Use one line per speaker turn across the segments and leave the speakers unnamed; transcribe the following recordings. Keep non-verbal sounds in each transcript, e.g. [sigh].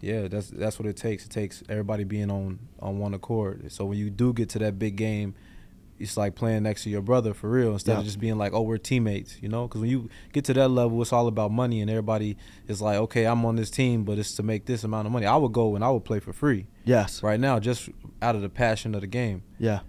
Yeah, that's that's what it takes. It takes everybody being on on one accord. So when you do get to that big game, it's like playing next to your brother for real instead
Yeah.
of just being like, oh, we're teammates, you know? Because when you get to that level, it's all about money, and everybody is like, okay, I'm on this team, but it's to make this amount of money. I would go and I would play for free
Yes.
right now, just out of the passion of the game.
Yeah.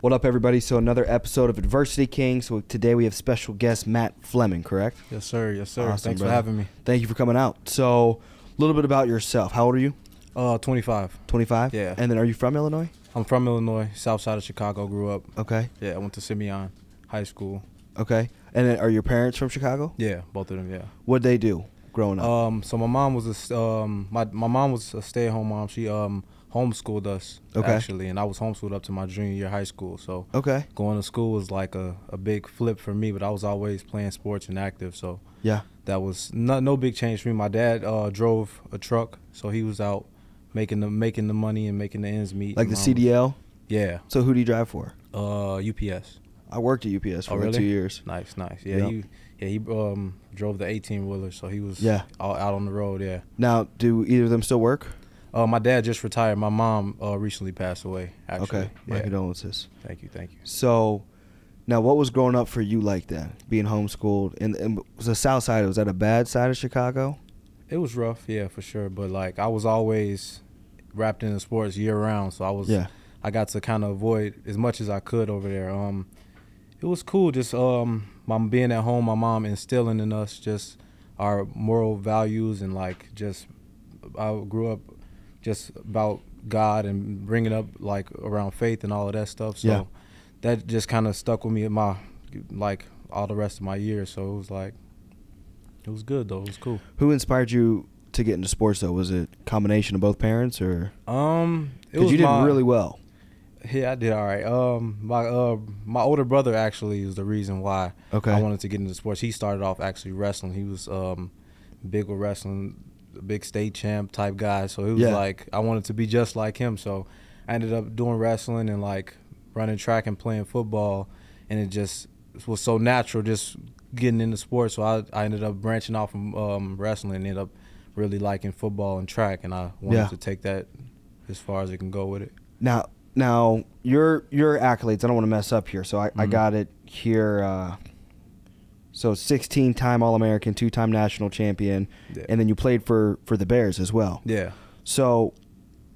What up, everybody? So another episode of Adversity King. So today we have special guest Matt Fleming. Correct.
Yes, sir. Yes, sir.
Awesome,
Thanks
brother.
for having me.
Thank you for coming out. So a little bit about yourself. How old are you?
Uh, 25.
25.
Yeah.
And then are you from Illinois?
I'm from Illinois, south side of Chicago. Grew up.
Okay.
Yeah, I went to Simeon High School.
Okay. And then are your parents from Chicago?
Yeah, both of them. Yeah.
What'd they do growing up?
Um, so my mom was a s- um my my mom was a stay at home mom. She um homeschooled us
Okay.
actually, and I was homeschooled up to my junior year of high school. So
okay.
going to school was like a, a big flip for me, but I was always playing sports and active. So
Yeah.
that was no no big change for me. My dad uh, drove a truck, so he was out making the making the money and making the ends meet.
Like
And
the
mom-
CDL.
Yeah.
So who do you drive for?
Uh, UPS.
I worked at UPS for
Oh,
like
really?
two years.
Nice, nice. Yeah,
Yeah.
he yeah he um drove the eighteen wheeler, so he was
Yeah.
all out on the road. Yeah.
Now, do either of them still work?
Uh, my dad just retired. My mom uh, recently passed away. Actually.
Okay. My
Yeah.
condolences.
Thank you. Thank you.
So, now what was growing up for you like that? Being homeschooled and, and was the South Side? Was that a bad side of Chicago?
It was rough, yeah, for sure. But like I was always wrapped in sports year round, so I was
Yeah.
I got to kind of avoid as much as I could over there. Um, it was cool just um my being at home, my mom instilling in us just our moral values and like just I grew up just about God and bringing up like around faith and all of that stuff. So
Yeah.
that just kind of stuck with me in my like all the rest of my years. So it was like it was good though. It was cool.
Who inspired you to get into sports though? Was it combination of both parents or?
Um, it
Because
was
you did
my-
really well.
Yeah, I did all right. Um, my uh, my older brother actually is the reason why
Okay.
I wanted to get into sports. He started off actually wrestling. He was um, big with wrestling, a big state champ type guy. So it was
Yeah.
like I wanted to be just like him. So I ended up doing wrestling and like running track and playing football, and it just was so natural just getting into sports. So I I ended up branching off from um, wrestling and ended up really liking football and track, and I wanted
Yeah.
to take that as far as it can go with it.
Now, now your your accolades. I don't want to mess up here, so I, I
Mhm.
got it here. Uh, so, 16-time All-American, two-time national champion,
Yeah.
and then you played for for the Bears as well.
Yeah.
So,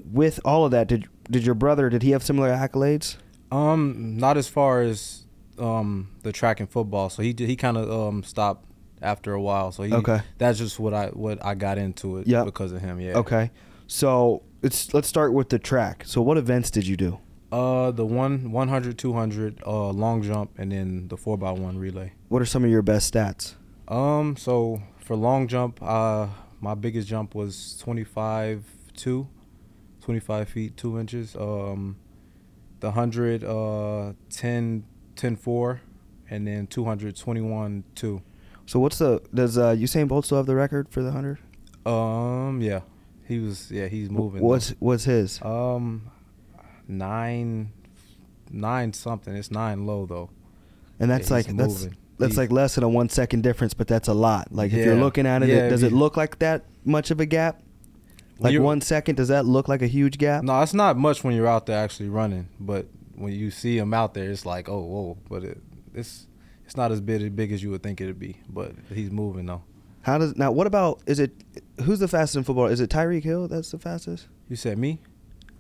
with all of that, did did your brother did he have similar accolades?
Um, not as far as um the track and football. So he did, he kind of um stopped after a while. So he,
Okay.
that's just what I what I got into it
Yep.
because of him. Yeah.
Okay. So, it's let's start with the track. So, what events did you do?
Uh, the one 100, 200, uh, long jump, and then the four x one relay.
What are some of your best stats?
Um, so for long jump, uh, my biggest jump was 25 two, 25 feet two inches. Um, the hundred uh 10 10 4, and then 221 two.
So, what's the does uh, Usain Bolt still have the record for the hundred?
Um, yeah, he was. Yeah, he's moving. though.
What's what's his?
um nine nine something? It's nine low though.
And that's
Yeah,
like
he's
that's
moving.
that's
He's-
like less than a one second difference, but that's a lot. Like if you're
Yeah.
looking at it,
Yeah,
it does
if
it
you-
look like that much of a gap?
When
Like
you're-
one second, does that look like a huge gap?
No, it's not much when you're out there actually running, but when you see him out there, it's like, oh, whoa. But it, it's it's not as big, big as you would think it'd be. But he's moving though.
How does now? What about is it? Who's the fastest in football? Is it Tyreek Hill? That's the fastest.
You said me,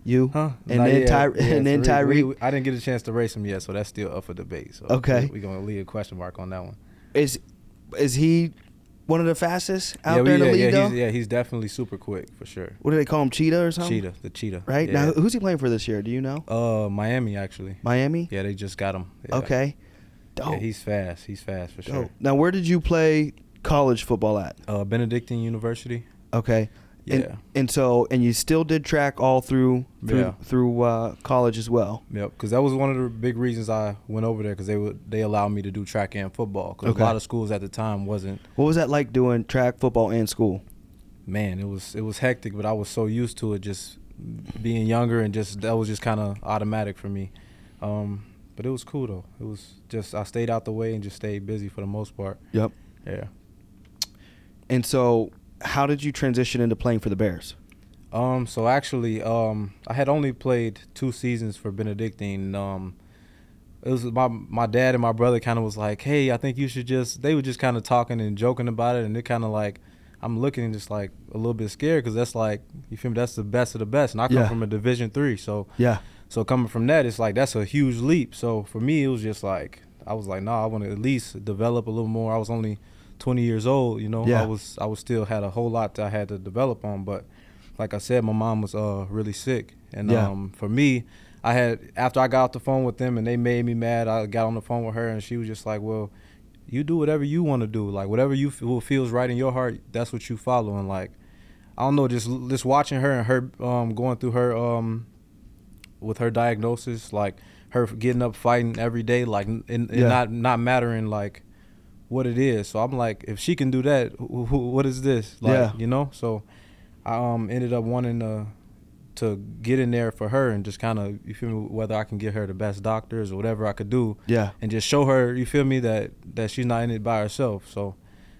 You
huh?
And
Not
then
yet.
Ty-
Yeah,
and then
so we-
Tyreek
we- I didn't get a chance to race him yet, so that's still up for debate. So
Okay.
we're gonna leave a question mark on that one.
is is he one of the fastest out
yeah, we-
there in the
yeah,
league
yeah,
though?
he's, yeah, he's definitely super quick for sure.
What do they call him? Cheetah or something?
Cheetah, the cheetah.
Right
Yeah.
now, who's he playing for this year? Do you know?
Uh, Miami actually.
Miami.
Yeah, they just got him. Yeah.
Okay. Dope.
Yeah, he's fast. He's fast for sure.
dope. Now, where did you play college football at?
Uh, Benedictine University.
Okay. And,
Yeah.
And so, and you still did track all through through
Yeah.
through uh, college as well.
Yep, because that was one of the big reasons I went over there because they would they allowed me to do track and football because
Okay.
a lot of schools at the time wasn't.
What was that like doing track, football, and school?
Man, it was it was hectic, but I was so used to it just being younger and just that was just kind of automatic for me. Um, but it was cool though. It was just I stayed out the way and just stayed busy for the most part.
Yep.
Yeah.
And so, how did you transition into playing for the Bears?
Um, so actually, um, I had only played two seasons for Benedictine. Um, it was my my dad and my brother kind of was like, "Hey, I think you should just." They were just kind of talking and joking about it, and they kind of like, I'm looking and just like a little bit scared because that's like you feel me. That's the best of the best, and I come
Yeah.
from a Division three, so
Yeah.
so coming from that, it's like that's a huge leap. So for me, it was just like I was like, nah, I want to at least develop a little more. I was only 20 years old, you know.
Yeah.
I was I was still had a whole lot that I had to develop on. But like I said, my mom was uh really sick, and
Yeah.
um for me, I had after I got off the phone with them and they made me mad. I got on the phone with her and she was just like, well. You do whatever you want to do, like whatever you feel feels right in your heart. That's what you follow, and like I don't know, just just watching her and her um, going through her um, with her diagnosis, like her getting up fighting every day, like n- and, and
Yeah.
not not mattering like what it is. So I'm like, if she can do that, wh- wh- what is this? Like,
Yeah.
you know. So I um ended up wanting to to get in there for her and just kind of you feel me whether I can get her the best doctors or whatever I could do
Yeah.
and just show her you feel me that that she's not in it by herself. So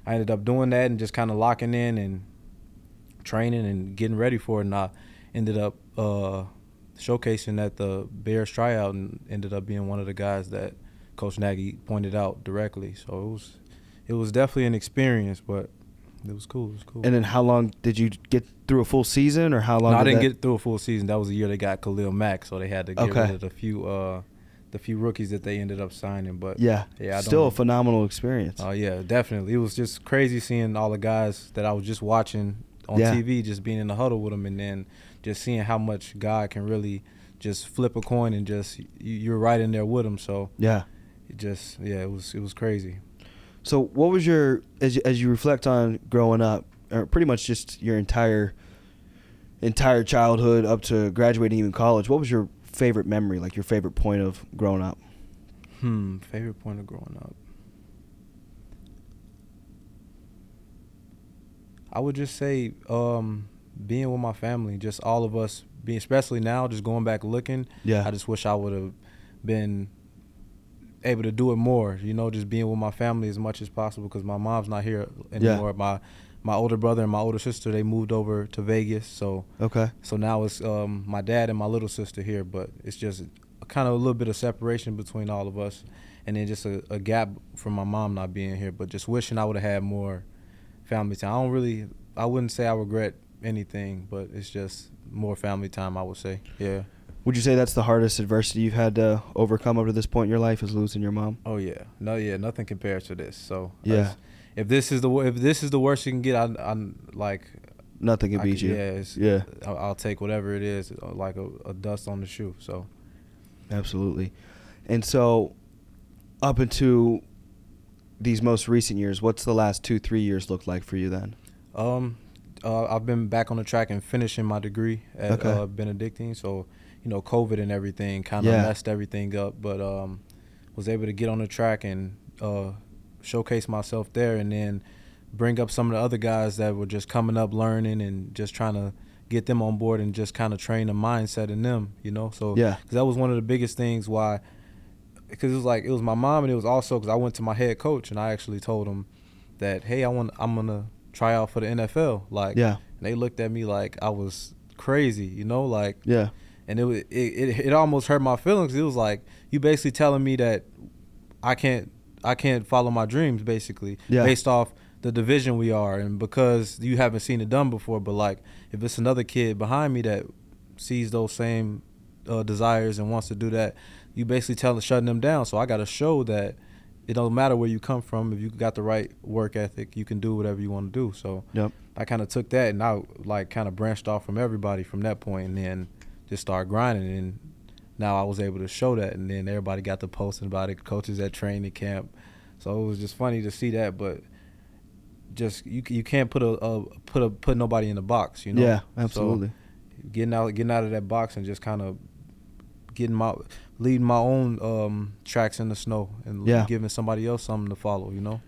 I ended up doing that and just kind of locking in and training and getting ready for it. And I ended up uh, showcasing at the Bears tryout and ended up being one of the guys that Coach Nagy pointed out directly. So it was it was definitely an experience, but it was cool. It was cool.
And then how long did you get through a full season or how long?
no, I
did
didn't
that-
get through a full season. That was the year they got Khalil Mack, so they had to get
Okay.
rid of the few uh, the few rookies that they ended up signing. But
Yeah.
Yeah, I
Still
don't-
a phenomenal experience.
Oh yeah, definitely. It was just crazy seeing all the guys that I was just watching on
Yeah.
TV, just being in the huddle with them, and then just seeing how much God can really just flip a coin and just you- you're right in there with them. So
yeah.
it just yeah, it was it was crazy.
So what was your as you, as you reflect on growing up or pretty much just your entire entire childhood up to graduating even college, what was your favorite memory, like your favorite point of growing up?
Hmm, favorite point of growing up. I would just say um, being with my family, just all of us being, especially now, just going back looking.
Yeah.
I just wish I would have been able to do it more. You know, just being with my family as much as possible because my mom's not here
Yeah.
anymore. My my older brother and my older sister they moved over to Vegas, so
Okay.
so now it's um, my dad and my little sister here, but it's just kind of a little bit of separation between all of us, and then just a, a gap from my mom not being here. But just wishing I would have had more family time. I don't really, I wouldn't say I regret anything, but it's just more family time. I would say, yeah.
Would you say that's the hardest adversity you've had to overcome up to this point in your life is losing your mom?
Oh yeah, no yeah, nothing compares to this. So
Yeah.
that's- if this is the wo- if this is the worst you can get, I I'm like
Nothing can
I
beat
c-
you.
Yeah, it's,
Yeah.
I'll, I'll take whatever it is, uh, like a, a dust on the shoe. So
Absolutely. And so up into these most recent years, what's the last 2-3 years look like for you then?
Um, uh, I've been back on the track and finishing my degree at
Okay.
uh, Benedictine. So, you know, COVID and everything kind of
Yeah.
messed everything up, but um, was able to get on the track and uh, showcase myself there, and then bring up some of the other guys that were just coming up, learning, and just trying to get them on board and just kind of train the mindset in them. You know, so
Yeah.
'cause that was one of the biggest things why. Because it was like it was my mom, and it was also because I went to my head coach and I actually told him that hey, I want I'm gonna try out for the NFL. Like,
Yeah.
and they looked at me like I was crazy, you know, like,
Yeah.
and it wa- it it, it almost hurt my feelings. It was like you basically telling me that I can't I can't follow my dreams, basically,
Yeah.
based off the division we are, and because you haven't seen it done before. But like, if it's another kid behind me that sees those same uh, desires and wants to do that, you basically telling shutting them down. So I got to show that it don't matter where you come from. If you got the right work ethic, you can do whatever you want to do. So
Yep.
I kind of took that and I like kind of branched off from everybody from that point, and then just started grinding. And now I was able to show that, and then everybody got to posting about it. Coaches at training camp, so it was just funny to see that. But just you you can't put a, a put a put nobody in the box, you know.
yeah,
So,
absolutely.
getting out getting out of that box and just kind of getting my leading my own um, tracks in the snow and
Yeah.
giving somebody else something to follow. You know,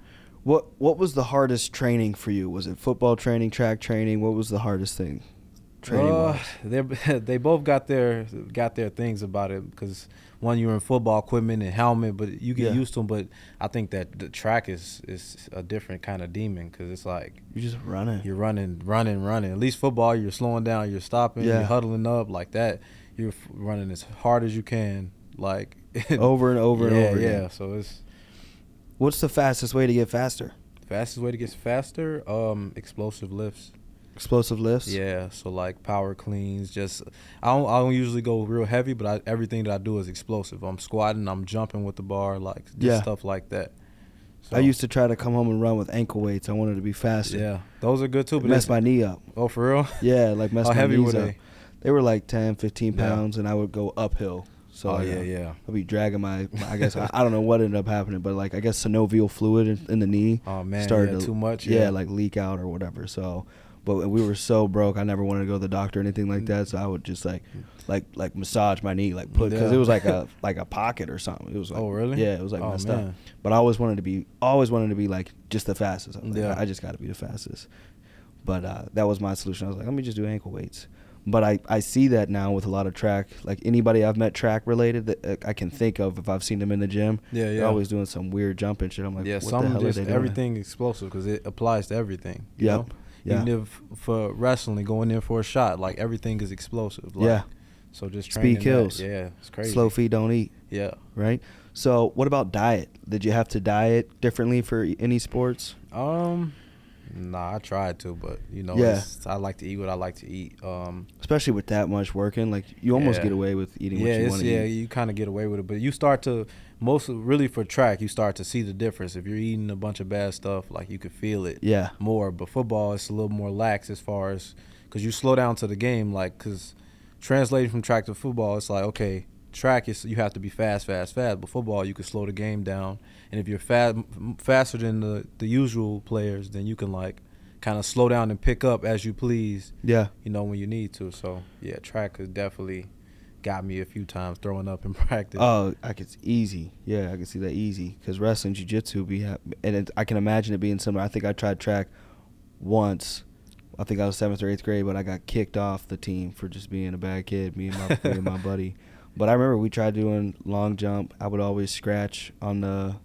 What What was the hardest training for you? Was it football training, track training? What was the hardest thing? training
Uh,
wise?
they they [laughs] both got their got their things about it because one you're in football equipment and helmet, but you get
Yeah.
used to them. But I think that the track is is a different kind of demon because it's like
You're just running.
you're running, running, running. At least football, you're slowing down, you're stopping,
Yeah.
you're huddling up like that. You're f- running as hard as you can, like [laughs]
over and over and
Yeah,
over.
Yeah,
Again.
so it's
What's the fastest way to get faster?
fastest way to get faster. Um, explosive lifts.
Explosive lifts.
Yeah, so like power cleans, just I don't I don't usually go real heavy, but I, everything that I do is explosive. I'm squatting, I'm jumping with the bar, like just
Yeah.
stuff like that. So,
I used to try to come home and run with ankle weights. I wanted to be faster.
yeah, those are good too.
It
But
messed
it's-
my knee up.
oh for real,
Yeah,
[laughs]
like messed
how
my
heavy eh?
knees
were
up.
they?
They were like 10, 15
Yeah.
pounds, and I would go uphill. So
oh
like,
yeah,
uh,
yeah.
I'd be dragging my. I guess I, I don't know what ended up happening, but like I guess synovial fluid in, in the knee
Oh man,
started
yeah,
to-
too much.
yeah, like leak out or whatever. So, but we were so broke, I never wanted to go to the doctor or anything
Mm.
like that. So I would just like, like, like massage my knee, like put because it
Yeah.
was
[laughs]
like a like a pocket or something. It was like,
Oh, really?
Yeah, it was like
Oh,
messed up.
man.
But I always wanted to be, always wanted to be like just the fastest. I was like,
Yeah.
I just got to be the fastest. But uh, that was my solution. I was like, let me just do ankle weights. But I, I see that now with a lot of track. Like anybody I've met track related that uh, I can think of, if I've seen them in the gym,
Yeah,
they're
yeah.
always doing some weird jumping shit. I'm like,
yeah,
what the
some
hell
just
are they doing?
everything explosive because it applies to everything. You
Yep.
know?
Yeah.
Even if for wrestling, going in for a shot, like everything is explosive. Like,
Yeah.
So just
Speed
training that,
kills.
Yeah, it's crazy.
Slow feed, don't eat.
Yeah.
right? So, what about diet? Did you have to diet differently for e- any sports?
Um, nah, I tried to, but you know,
Yeah.
it's, I like to eat what I like to eat. Um,
Especially with that much working, like you almost
Yeah.
get away with eating
yeah,
what you
it's,
want to
yeah,
eat.
you kind of get away with it, but you start to most really for track, you start to see the difference. If you're eating a bunch of bad stuff, like you could feel it
Yeah,
more. But football, it's a little more lax as far as because you slow down to the game, like because translating from track to football, it's like okay. Track is you have to be fast, fast, fast. But football, you can slow the game down, and if you're fast, faster than the the usual players, then you can like kind of slow down and pick up as you please.
yeah.
you know, when you need to. So yeah, track has definitely got me a few times throwing up in [laughs] practice.
Oh, I could easy. Yeah, I could see that easy because wrestling, jujitsu, be ha- and it, I can imagine it being similar. I think I tried track once. I think I was seventh or eighth grade, but I got kicked off the team for just being a bad kid. Me and my me and my
[laughs]
buddy. But I remember we tried doing long jump. I would always scratch on the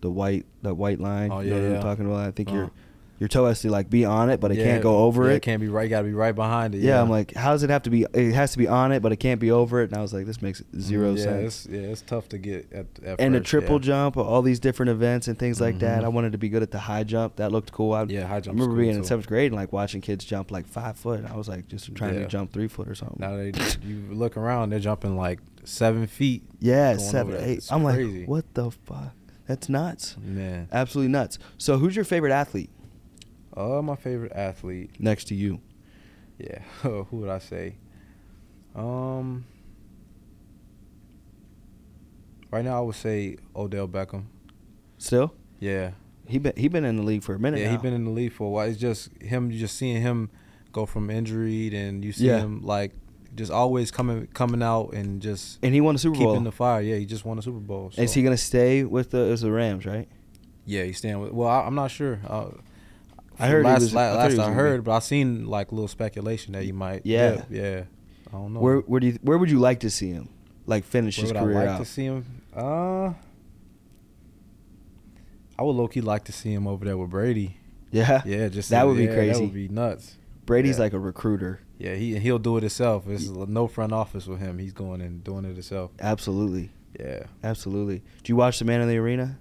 the white the white line.
Oh,
you know
yeah,
what I'm
yeah.
talking about. I think
Uh.
your your toe has to like be on it, but it
Yeah,
can't go over
yeah,
it.
It can't be right. Got to be right behind it.
yeah, I'm like, how does it have to be? It has to be on it, but it can't be over it. And I was like, this makes zero
Mm, yeah,
sense
It's, yeah, it's tough to get at, at
and a
first,
triple
yeah.
jump, or all these different events and things like that.
Mhm.
I wanted to be good at the high jump. That looked cool. I,
Yeah, high
I
jump.
remember being in seventh grade and like watching kids jump like five foot. I was like just trying to
Yeah.
jump three foot or something.
Now
[laughs]
they you look around, they're jumping like seven feet.
yeah,
going over
seven,
that.
eight.
It's
I'm
crazy.
like, what the fuck? That's nuts.
Man,
Absolutely nuts. So, who's your favorite athlete
uh, my favorite athlete.
next to you?
Yeah, [laughs] who would I say? Um, right now I would say Odell Beckham.
Still,
Yeah,
he been he been in the league for a minute.
Yeah,
now.
he's been in the league for a while. It's just him, you just seeing him go from injury, and you see
Yeah.
him like just always coming coming out and just
and he won the Super Bowl.
keeping the fire. Yeah, he just won a Super Bowl.
Is
so-
he gonna stay with the is the Rams? Right?
Yeah, he's staying with. Well, I, I'm not sure. Uh,
I heard he
last
was-
la-
I thought he
last
was
I
gonna
heard, but I seen like little speculation that he might.
Yeah.
dip. yeah. I don't know.
Where where do you where would you like to see him? Like finish
Where
his
would
career
I like
out?
to see him? Uh, I would low key like to see him over there with
[laughs]
Brady.
yeah,
Yeah, just
That would be
yeah, That
crazy.
would be nuts.
Brady's
yeah.
like a recruiter.
Yeah, he he'll do it himself. It's no front office with him. He's going and doing it himself.
Absolutely,
Yeah.
absolutely. Do you watch the Man in the Arena?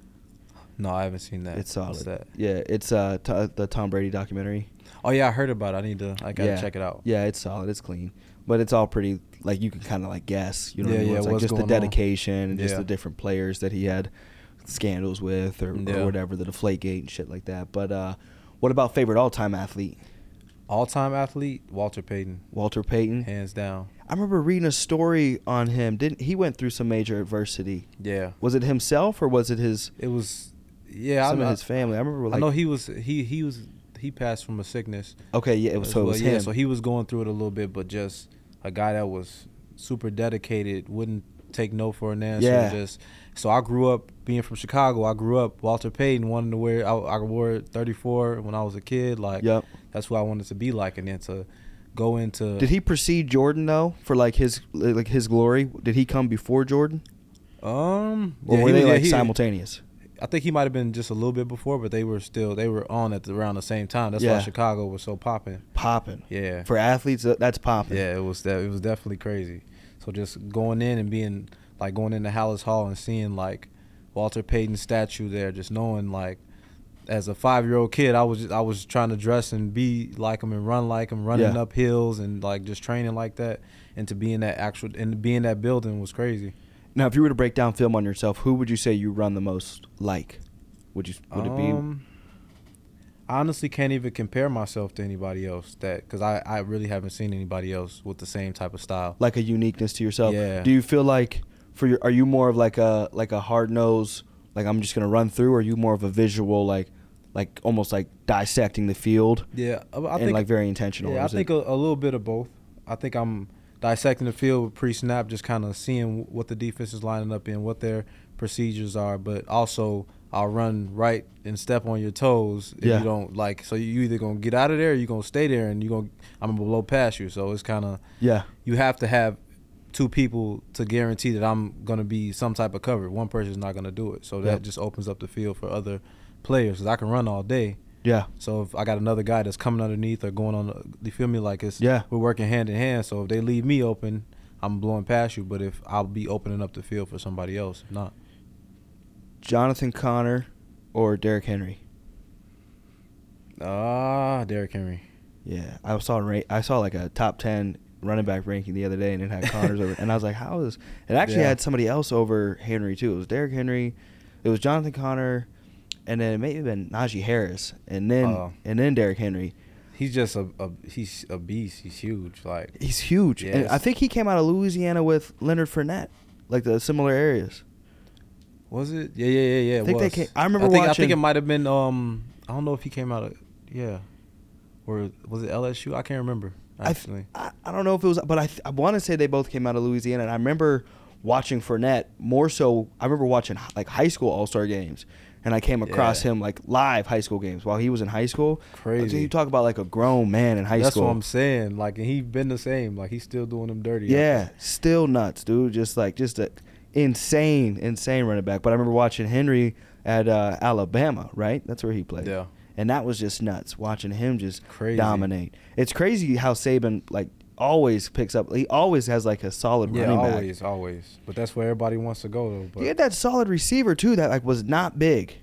No, I haven't seen that.
It's solid.
What's that?
Yeah, it's uh t- the Tom Brady documentary.
Oh yeah, I heard about it. I need to. I gotta
yeah.
check it out.
Yeah, it's solid. It's clean, but it's all pretty. Like you can kind of like guess. You know, what I
Yeah,
mean?
yeah,
It's like
what's
just the
going on.
dedication and just
Yeah.
the different players that he had scandals with or,
Yeah.
or whatever the Deflategate and shit like that. But uh, what about favorite all time athlete?
All time athlete Walter Payton,
Walter Payton.
hands down.
I remember reading a story on him. Didn't he went through some major adversity?
Yeah.
Was it himself or was it his
It was. Yeah,
some
I,
of
know-
his family? I remember. Like,
I know he was. He he was. He passed from a sickness.
Okay, yeah, it was,
as
so it
well.
was
yeah,
him.
so he was going through it a little bit, but just a guy that was super dedicated, wouldn't take no for an answer.
Yeah.
Just so I grew up being from Chicago. I grew up Walter Payton wanting to wear. I, I wore 34 when I was a kid. Like
Yep.
that's who I wanted to be like, and then to go into.
Did he precede Jordan though for like his like his glory? Did he come before Jordan,
Um,
or
yeah,
were
he
they
was- yeah,
like
he-
simultaneous?
I think he might have been just a little bit before, but they were still they were on at the, around the same time. That's
Yeah.
why Chicago was so popping.
Popping
Yeah,
for athletes, that- that's popping.
yeah, it was that it was definitely crazy. So just going in and being like going into Hallis Hall and seeing like Walter Payton's statue there, just knowing like as a five year old kid, I was I was trying to dress and be like him and run like him, running
Yeah.
up hills and like just training like that. And to be in that actual and to be in that building was crazy.
Now, if you were to break down film on yourself, who would you say you run the most like? Would you would it be
Um, I honestly can't even compare myself to anybody else that because I, I really haven't seen anybody else with the same type of style.
like a uniqueness to yourself?
Yeah.
Do you feel like for your are you more of like a like a hard nose like I'm just gonna run through? Or are you more of a visual like like almost like dissecting the field
Yeah, I, I
and
think
like very intentional?
yeah,
Or
I
is it-
think a, a little bit of both. I think I'm dissecting the field pre snap, just kind of seeing what the defense is lining up in, what their procedures are, but also I'll run right and step on your toes if
Yeah.
you don't like. So you either gonna get out of there, or you gonna stay there, and you gonna I'm gonna blow past you. So it's kind of
yeah.
you have to have two people to guarantee that I'm going to be some type of cover. One person's not going to do it. So that
Yeah.
just opens up the field for other players 'cause I can run all day.
Yeah.
So if I got another guy that's coming underneath or going on, the- you feel me? Like it's
Yeah.
we're working hand in hand. So if they leave me open, I'm blowing past you. But if I'll be opening up the field for somebody else, if not.
Jonathan Connor or Derrick Henry?
Ah, Derrick Henry.
Yeah, I saw a ra- I saw like a top ten running back ranking the other day, and it had Connors over, and I was like, "How is?" It actually
Yeah.
had somebody else over Henry too. It was Derrick Henry, it was Jonathan Connor, and then it may have been Najee Harris, and then
Oh.
and then Derrick Henry.
He's just a, a he's a beast. He's huge. Like
He's huge, and
Yes.
I think he came out of Louisiana with Leonard Fournette, like the similar areas.
Was it? Yeah, yeah, yeah, yeah.
I
I
think they
was.
came- I remember
I think, I
watching-
think it might have been. Um, I don't know if he came out of. Yeah, or was it LSU? I can't remember.
I, th-
Actually,
I I don't know if it was, but I th- I want to say they both came out of Louisiana, and I remember watching Fournette more so. I remember watching h- like high school All Star games, and I came across
Yeah.
him like live high school games while he was in high school.
Crazy.
You talk about like a grown man in high
that's
school.
what I'm saying. Like, and he been the same. Like, he's still doing them dirty.
yeah, still nuts, dude. Just like just a insane, insane running back. But I remember watching Henry at uh, Alabama, right? That's where he played.
Yeah.
And that was just nuts watching him just
Crazy.
dominate. It's crazy how Saban like always picks up. He always has like a solid
yeah.
running back.
Always, always. But that's where everybody wants to go though. But
You had that solid receiver too that like was not big.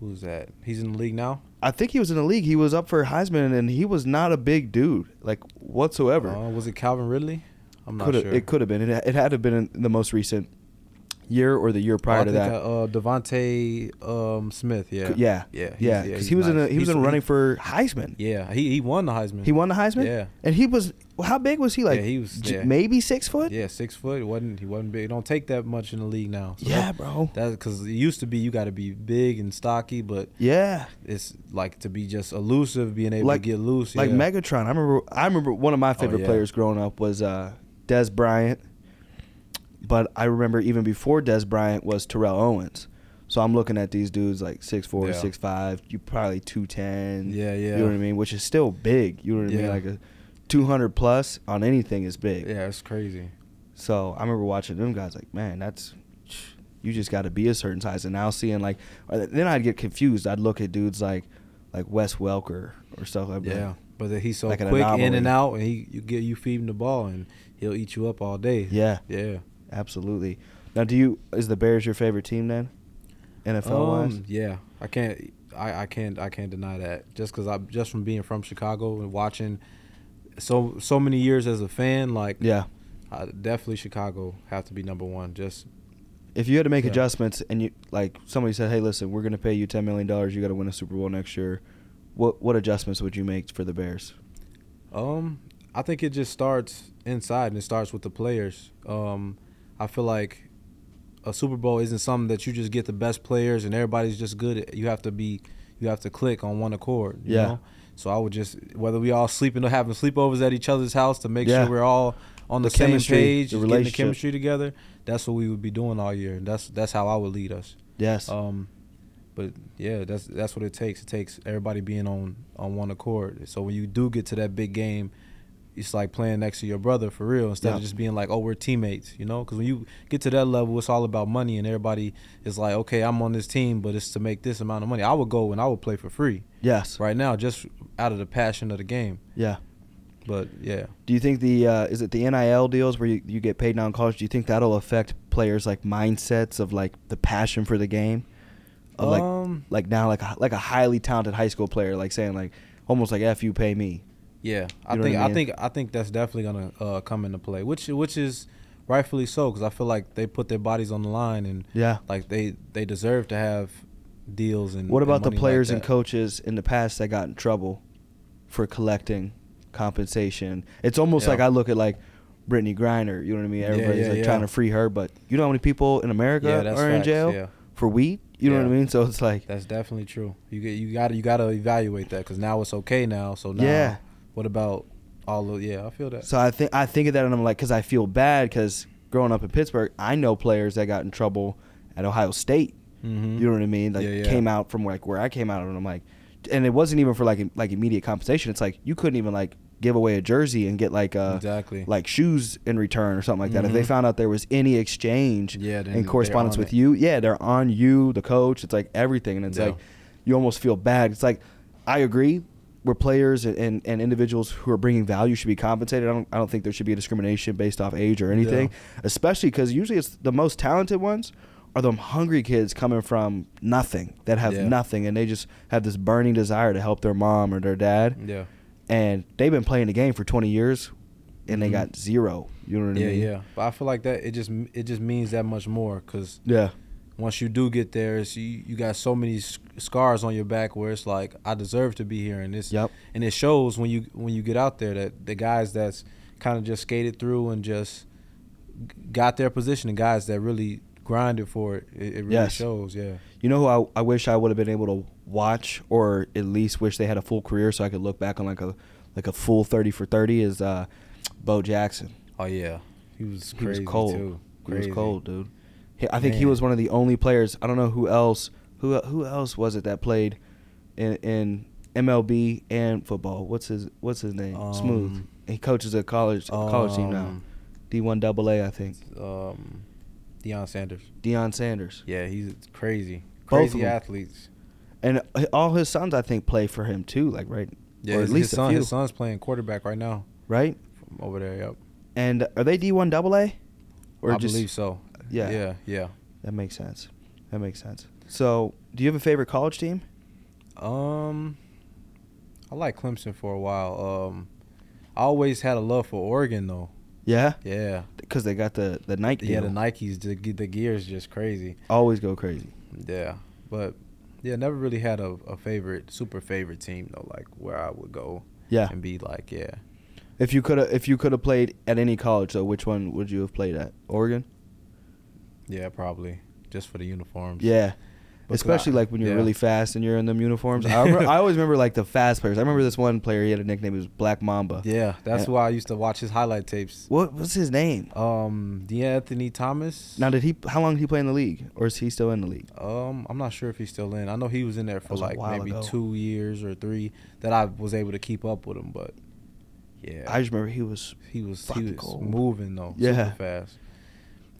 who's that? He's in the league now.
I think he was in the league. He was up for Heisman and he was not a big dude like whatsoever.
Uh, was it Calvin Ridley? I'm not
Coulda-
sure.
It could have been. It, it had to have been in the most recent year or the year prior
I
to
think
that.
that, uh, Devonte um, Smith. Yeah.
C- Yeah.
Yeah. he's-
Yeah.
he's
Because he was in
nice.
a, he was
He's-
in running for Heisman.
Yeah. He he won the Heisman.
He won the Heisman.
Yeah.
And he was well, how big was he? Like
Yeah, he was-
j-
yeah.
maybe six foot.
Yeah, six foot. It wasn't he wasn't big. It don't take that much in the league now. So
Yeah,
that-
bro.
That's because it used to be you got to be big and stocky, but
Yeah.
it's like to be just elusive, being able
Like-
to get loose.
Like
yeah. Oh,
Megatron. I remember. I remember one of my favorite
yeah.
players growing up was uh, Des Bryant. But I remember even before Des Bryant was Terrell Owens. So I'm looking at these dudes like six four,
Yeah.
six five. You probably two ten.
Yeah,
You
yeah.
know what I mean? Which is still big. You know what I mean?
Yeah.
Like a two hundred plus on anything is big.
Yeah, it's crazy.
So I remember watching them guys like, man, that's you just got to be a certain size. And now seeing like, or then I'd get confused. I'd look at dudes like like Wes Welker or stuff like that.
Yeah, but that he's so
Like an
quick in
anomaly.
and out, and he you get you feed him the ball, and he'll eat you up all day.
Yeah,
yeah.
absolutely. Now, do you is the Bears your favorite team then? NFL wise,
Um, yeah, I can't, I, I can't, I can't deny that. Just because I, just from being from Chicago and watching, so so many years as a fan, like
yeah.
I, definitely Chicago have to be number one. Just
If you had to make
Yeah.
adjustments and you like somebody said, hey, listen, we're gonna pay you ten million dollars. You got to win a Super Bowl next year. What what adjustments would you make for the Bears?
Um, I think it just starts inside and it starts with the players. Um, I feel like a Super Bowl isn't something that you just get the best players and everybody's just good. You have to be, you have to click on one accord. You
Yeah.
Know? So I would just whether we all sleeping or having sleepovers at each other's house to make
Yeah.
sure we're all on the,
The
same
chemistry,
page,
the
just getting the
relationship.
chemistry together. That's what we would be doing all year. And that's that's how I would lead us.
Yes.
Um, but yeah, that's that's what it takes. It takes everybody being on on one accord. So when you do get to that big game, it's like playing next to your brother for real instead
Yeah.
of just being like, oh, we're teammates, you know? Because when you get to that level, it's all about money, and everybody is like, okay, I'm on this team, but it's to make this amount of money. I would go and I would play for free
Yes.
right now, just out of the passion of the game.
Yeah.
But yeah,
Do you think the uh, is it the NIL deals where you, you get paid now in college? Do you think that'll affect players like mindsets of like the passion for the game, of like
Um,
like now like a, like a highly talented high school player like saying like almost like f you pay me.
yeah, I
You know what
think
I
I,
mean?
think I think that's definitely gonna uh, come into play, which which is rightfully so, because I feel like they put their bodies on the line and
Yeah.
like they they deserve to have deals and
What
and
about the
money like
players and
that.
coaches in the past that got in trouble for collecting compensation? It's almost
Yeah.
like I look at like Brittany Griner. You know what I mean?
Yeah,
Everybody's
yeah,
like
yeah.
trying to free her, but you know how many people in America
Yeah, that's
are in
facts,
jail
yeah.
for weed? You know
Yeah.
what I mean? So it's like
That's definitely true. You get you got to you got to evaluate that because now it's okay now. So now,
Yeah.
what about all of yeah? I feel that.
So I think I think of that and I'm like, because I feel bad because growing up in Pittsburgh, I know players that got in trouble at Ohio State.
Mhm.
You know what I mean? Like
Yeah, yeah.
came out from like where I came out, and I'm like, and it wasn't even for like im- like immediate compensation. It's like you couldn't even like give away a jersey and get like uh
Exactly.
like shoes in return or something like that. If they
Mhm.
found out there was any exchange
Yeah, then
in
they're
correspondence
on
with
it.
you, yeah, they're on you, the coach. It's like everything, and it's
Yeah.
like you almost feel bad. It's like I agree. Where players and, and, and individuals who are bringing value should be compensated. I don't, I don't think there should be a discrimination based off age or anything, especially because usually it's the most talented ones are the hungry kids coming from nothing that have
Yeah.
nothing and they just have this burning desire to help their mom or their dad
yeah,
and they've been playing the game for 20 years and they
Mhm.
got zero you know what
yeah,
i mean
yeah. But I feel like that it just it just means that much more because
yeah
once you do get there, it's, you you got so many sc- scars on your back where it's like I deserve to be here, and it's
Yep.
and it shows when you when you get out there that the guys that's kind of just skated through and just g- got their position, and guys that really grinded for it, it, it really
Yes.
shows. Yeah,
you know who I, I wish i would have been able to watch or at least wish they had a full career so i could look back on like a like a full 30 for 30 is uh bo jackson
Oh yeah, he was
he was
crazy
cold
too.
he
Crazy.
was cold dude He- i think he
Man.
was one of the only players i don't know who else who who else was it that played in in mlb and football what's his what's his name smooth
Um,
he coaches a college college team now
um,
d1 double a i think
Um, Deion Sanders.
Deion Sanders.
Yeah, he's crazy.
Both of
Crazy
them.
athletes.
And h- all his sons, I think, play for him too, like right,
Yeah,
or at
his,
least
his
a
son.
few,
His son's playing quarterback right now
right?
from over there. Yep.
And are they D one double A,
I believe so.
Yeah.
Yeah. Yeah.
That makes sense. That makes sense. So, do you have a favorite college team?
Um, I like Clemson for a while. Um, I always had a love for Oregon though.
Yeah,
Yeah.
because they got the the Nike.
Yeah, the
deal.
Nikes, the, ge- the gears just crazy.
always go crazy.
Yeah, but yeah, never really had a, a favorite, super favorite team though. Like where I would go
Yeah.
and be like, yeah,
If you could have, if you could have played at any college, though, which one would you have played at? Oregon.
yeah, probably just for the uniforms.
Yeah.
Because
Especially
I-
like when you're
yeah.
really fast and you're in them uniforms.
[laughs]
I, remember, I always remember like the fast players. I remember this one player. He had a nickname. It was Black Mamba.
yeah, that's
Yeah.
why I used to watch his highlight tapes.
What was his name?
Um, D'Anthony Thomas.
Now, did he? How long did he play in the league, or is he still in the league?
Um, I'm not sure if he's still in. I know he was in there for
was a
like
while
maybe
ago.
two years or three that I was able to keep up with him, but yeah,
I just remember he was.
he was he was
fucking cold.
moving though,
Yeah.
super fast.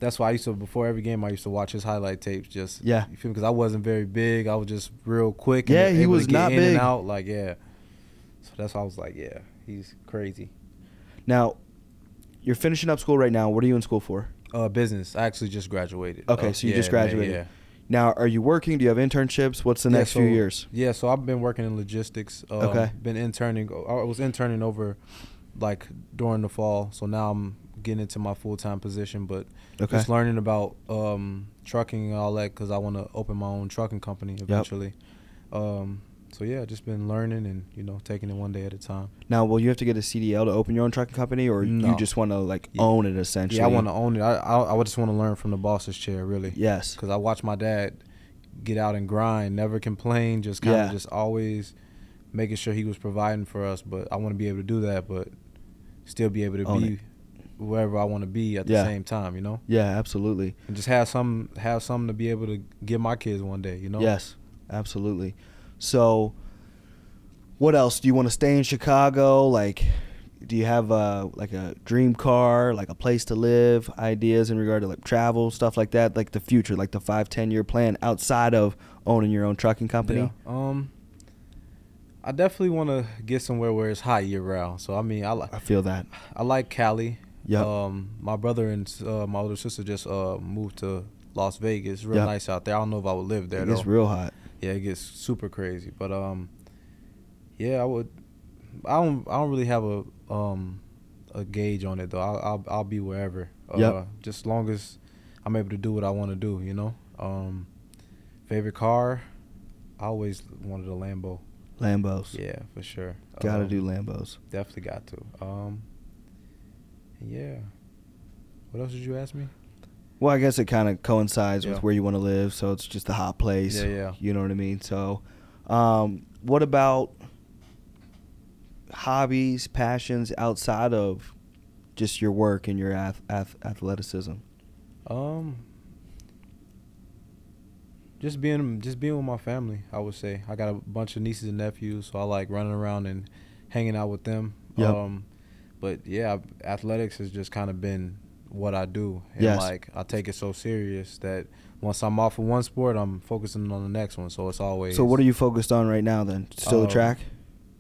That's why I used to before every game I used to watch his highlight tapes. Just
Yeah.
you feel because I wasn't very big. I was just real quick. and
Yeah, he
able to
was
get
not
in
big.
and out. Like yeah, so that's why I was like yeah, he's crazy.
Now, you're finishing up school right now. What are you in school for?
Uh, business. I actually just graduated.
Okay,
Uh,
so you
yeah,
just
man,
graduated.
yeah.
Now, are you working? Do you have internships? What's the
Yeah,
next
so-
few years?
Yeah, so I've been working in logistics. Um,
Okay.
Been interning. I was interning over, like during the fall. So now I'm getting into my full time position, but
Okay.
just learning about um, trucking and all that because I want to open my own trucking company eventually. Um, so yeah, just been learning and you know taking it one day at a time.
Now, will you have to get a CDL to open your own trucking company, or you
No.
just want to like
Yeah.
own it essentially?
Yeah, I want to own it. I I, I just want to learn from the boss's chair really.
Yes.
because I watched my dad get out and grind, never complain, just kind of
Yeah.
just always making sure he was providing for us. But I want to be able to do that, but still be able to
Own
be wherever I want to be at the
Yeah.
same time, you know,
Yeah, absolutely.
and just have some have something to be able to give my kids one day, you know.
Yes, absolutely. So, what else? Do you want to stay in Chicago? Like, do you have uh, like a dream car, like a place to live, ideas in regard to like travel, stuff like that, like the future, like the five, ten year plan outside of owning your own trucking company?
Yeah. Um, I definitely want to get somewhere where it's hot year round. So I mean, I like
I feel that.
I like Cali.
Yep.
Um, my brother and uh, my older sister just uh moved to Las Vegas. Real
Yep.
nice out there. I don't know if I would live there
It
though.
gets real hot.
yeah, it gets super crazy. But um, yeah, I would. I don't. I don't really have a um a gauge on it though. I'll I'll, I'll be wherever. Uh,
Yep.
Just long as I'm able to do what I want to do, you know. Um, favorite car. I always wanted a Lambo.
Lambos.
Yeah, for sure.
Gotta
Um,
do Lambos.
Definitely got to. Um, yeah. What else did you ask me?
Well, I guess it kind of coincides
Yeah.
with where you want to live, so it's just a hot place.
Yeah, yeah.
You know what I mean? So, um, what about hobbies, passions outside of just your work and your ath- ath- athleticism?
Um, just being just being with my family. I would say I got a bunch of nieces and nephews, so I like running around and hanging out with them.
Yep.
Um, but yeah, athletics has just kind of been what I do, and
Yes.
like I take it so serious that once I'm off of one sport, I'm focusing on the next one. So it's always
So, what are you focused on right now then? Still
Um,
the track?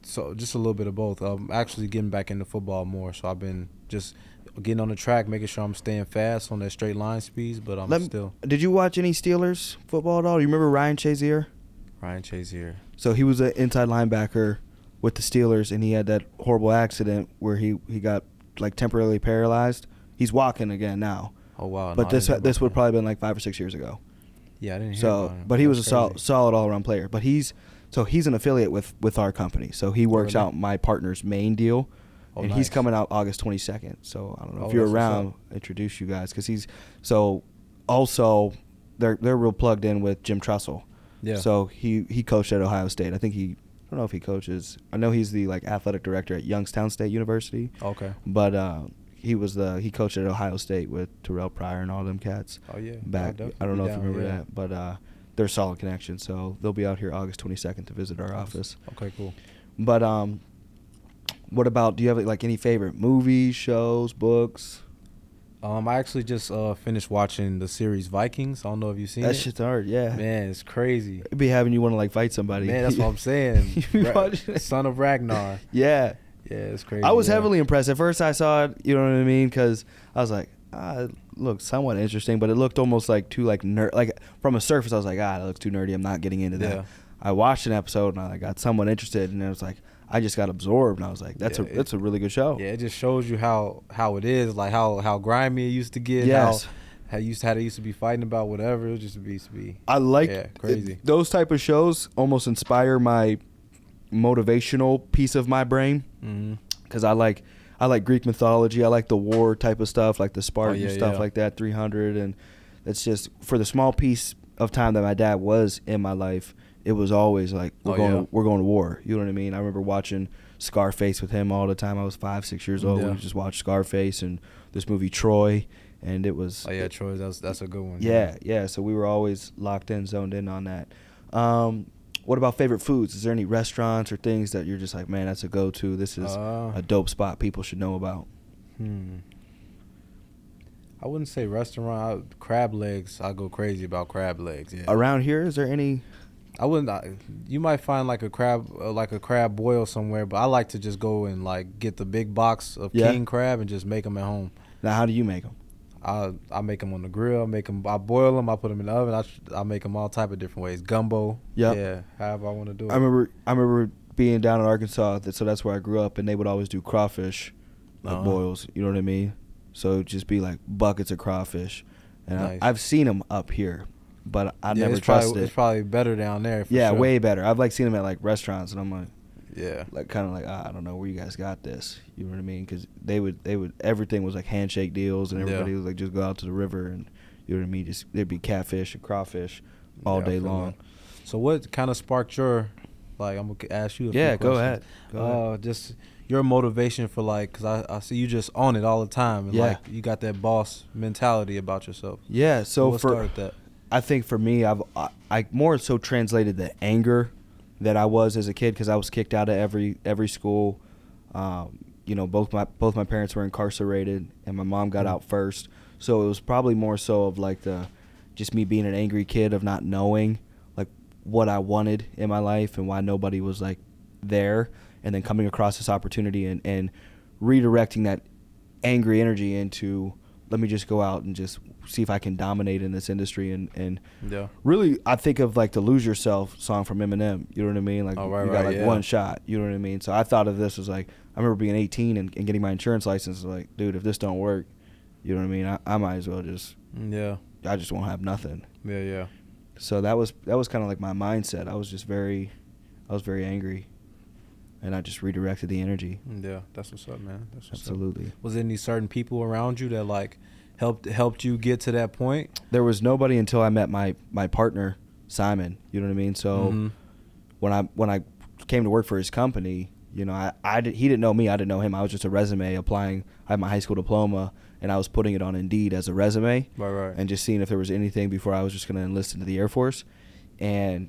So just a little bit of both. I'm actually getting back into football more, so I've been just getting on the track, making sure I'm staying fast on that straight line speeds, but I'm
Let me-
still
Did you watch any Steelers football at all? You remember Ryan Chazier?
Ryan Chase here.
So he was an inside linebacker with the Steelers, and he had that horrible accident where he, he got like temporarily paralyzed. He's walking again now,
Oh wow! no,
but
I
this
didn't hear
this
about
would
that.
probably been like five or six years ago.
yeah I didn't hear
So,
about it.
but he was a
That's
sol-
crazy.
solid all around player. But he's so he's an affiliate with with our company. So he works
Really?
out my partner's main deal,
Oh,
and
nice.
he's coming out August twenty second. So I don't know
Oh,
if you're
that's what's
around. Introduce you guys because he's so also they're they're real plugged in with Jim Trussell.
Yeah.
So he he coached at Ohio State. I think he I don't know if he coaches. I know he's the like athletic director at Youngstown State University.
Okay.
But uh, he was the he coached at Ohio State with Terrell Pryor and all them cats.
Oh, yeah. I'll
Back
definitely
I don't
be
know if
down,
you remember
yeah.
that, but uh, they're solid connections. So they'll be out here August 22nd to visit our office.
Okay, cool.
But um, what about do you have like any favorite movies, shows, books?
Um, I actually just uh finished watching the series Vikings. I don't know if you've seen
that
it.
shit's hard, yeah.
Man, it's crazy.
It'd be having you want to like fight somebody.
Man, that's what
[laughs]
I'm saying.
You
Ra-
watching it?
Son of Ragnar.
yeah.
Yeah, it's crazy.
[laughs] I was
yeah.
heavily impressed. At first, I saw it, you know what I mean? Because I was like, ah, it looks somewhat interesting, but it looked almost like too like nerd. Like from a surface, I was like, ah, it looks too nerdy. I'm not getting into that.
Yeah.
I watched an episode and I got somewhat interested, and it was like I just got absorbed, and I was like, that's
Yeah,
a
it-
that's a really good show.
Yeah, it just shows you how how it is, like how how grimy it used to get.
Yes.
How, how used how they used to be fighting about whatever. It was just used to be.
I like
Yeah, crazy.
it- those type of shows. Almost inspire my motivational piece of my brain.
Mm-hmm.
because I like I like Greek mythology. I like the war type of stuff, like the Spartan
Oh, yeah,
stuff
yeah.
like that. Three hundred, and it's just for the small piece of time that my dad was in my life, it was always like we're
Oh,
going
yeah.
to, we're going to war. You know what I mean? I remember watching Scarface with him all the time. I was five six years old.
Yeah.
We just watched Scarface and this movie Troy, and it was
Oh yeah, Troy, that's that's a good one.
yeah, yeah. So we were always locked in, zoned in on that. Um, what about favorite foods? Is there any restaurants or things that you're just like, man, that's a go-to. This is
Uh.
a dope spot people should know about.
Hmm. I wouldn't say restaurant. I, crab legs. I go crazy about crab legs. Yeah.
Around here, is there any?
I wouldn't. I, you might find like a crab, uh, like a crab boil somewhere, but I like to just go and like get the big box of
Yeah.
king crab and just make them at home.
Now, how do you make them?
I I make them on the grill. I make them. I boil them. I put them in the oven. I tr- I make them all type of different ways. Gumbo.
Yep.
Yeah. However I want to do it.
I remember, I remember being down in Arkansas, that, so that's where I grew up, and they would always do crawfish like
Uh-huh.
boils. You know what I mean? So it'd just be like buckets of crawfish, and
Nice.
I, I've seen them up here, but I
Yeah,
never
it's
trusted.
Probably, it's probably better down there. For
yeah,
sure.
way better. I've like seen them at like restaurants, and I'm like.
Yeah.
like kind of like ah, I don't know where you guys got this. You know what I mean? Because they would they would everything was like handshake deals and
Yeah.
everybody would like just go out to the river and you know what I mean? Just there'd be catfish and crawfish all
Yeah, I
day
feel
long.
So what kind of sparked your, like, I'm gonna ask you. A few
Yeah, go
questions.
ahead. Go
uh, Just your motivation for like, cause I, I see you just on it all the time, and
Yeah.
like you got that boss mentality about yourself.
Yeah. So
what
for
started that?
I think for me, I've I, I more so translated the anger that I was as a kid because I was kicked out of every every school. Um, you know both my both my parents were incarcerated and my mom got out first so it was probably more so of like the just me being an angry kid of not knowing like what i wanted in my life and why nobody was like there and then coming across this opportunity and and redirecting that angry energy into let me just go out and just see if i can dominate in this industry and and
Yeah.
really I think of like the Lose Yourself song from Eminem. You know what I mean? Like
Oh, right,
you got
right,
like
yeah.
one shot. You know what I mean? So I thought of this as like I remember being 18 and, and getting my insurance license. Like, dude, if this don't work, you know what I mean? I, I might as well just
Yeah.
I just won't have nothing.
Yeah. Yeah.
So that was that was kind of like my mindset. I was just very, I was very angry, and I just redirected the energy.
Yeah. That's what's up, man. That's what's up.
Absolutely.
Was there any certain people around you that like helped helped you get to that point?
There was nobody until I met my my partner Simon. You know what I mean? So.
Mhm.
when I when I came to work for his company, you know, I, I did, he didn't know me, I didn't know him. I was just a resume applying. I had my high school diploma, and I was putting it on Indeed as a resume,
Right. Right.
and just seeing if there was anything before I was just going to enlist into the Air Force, and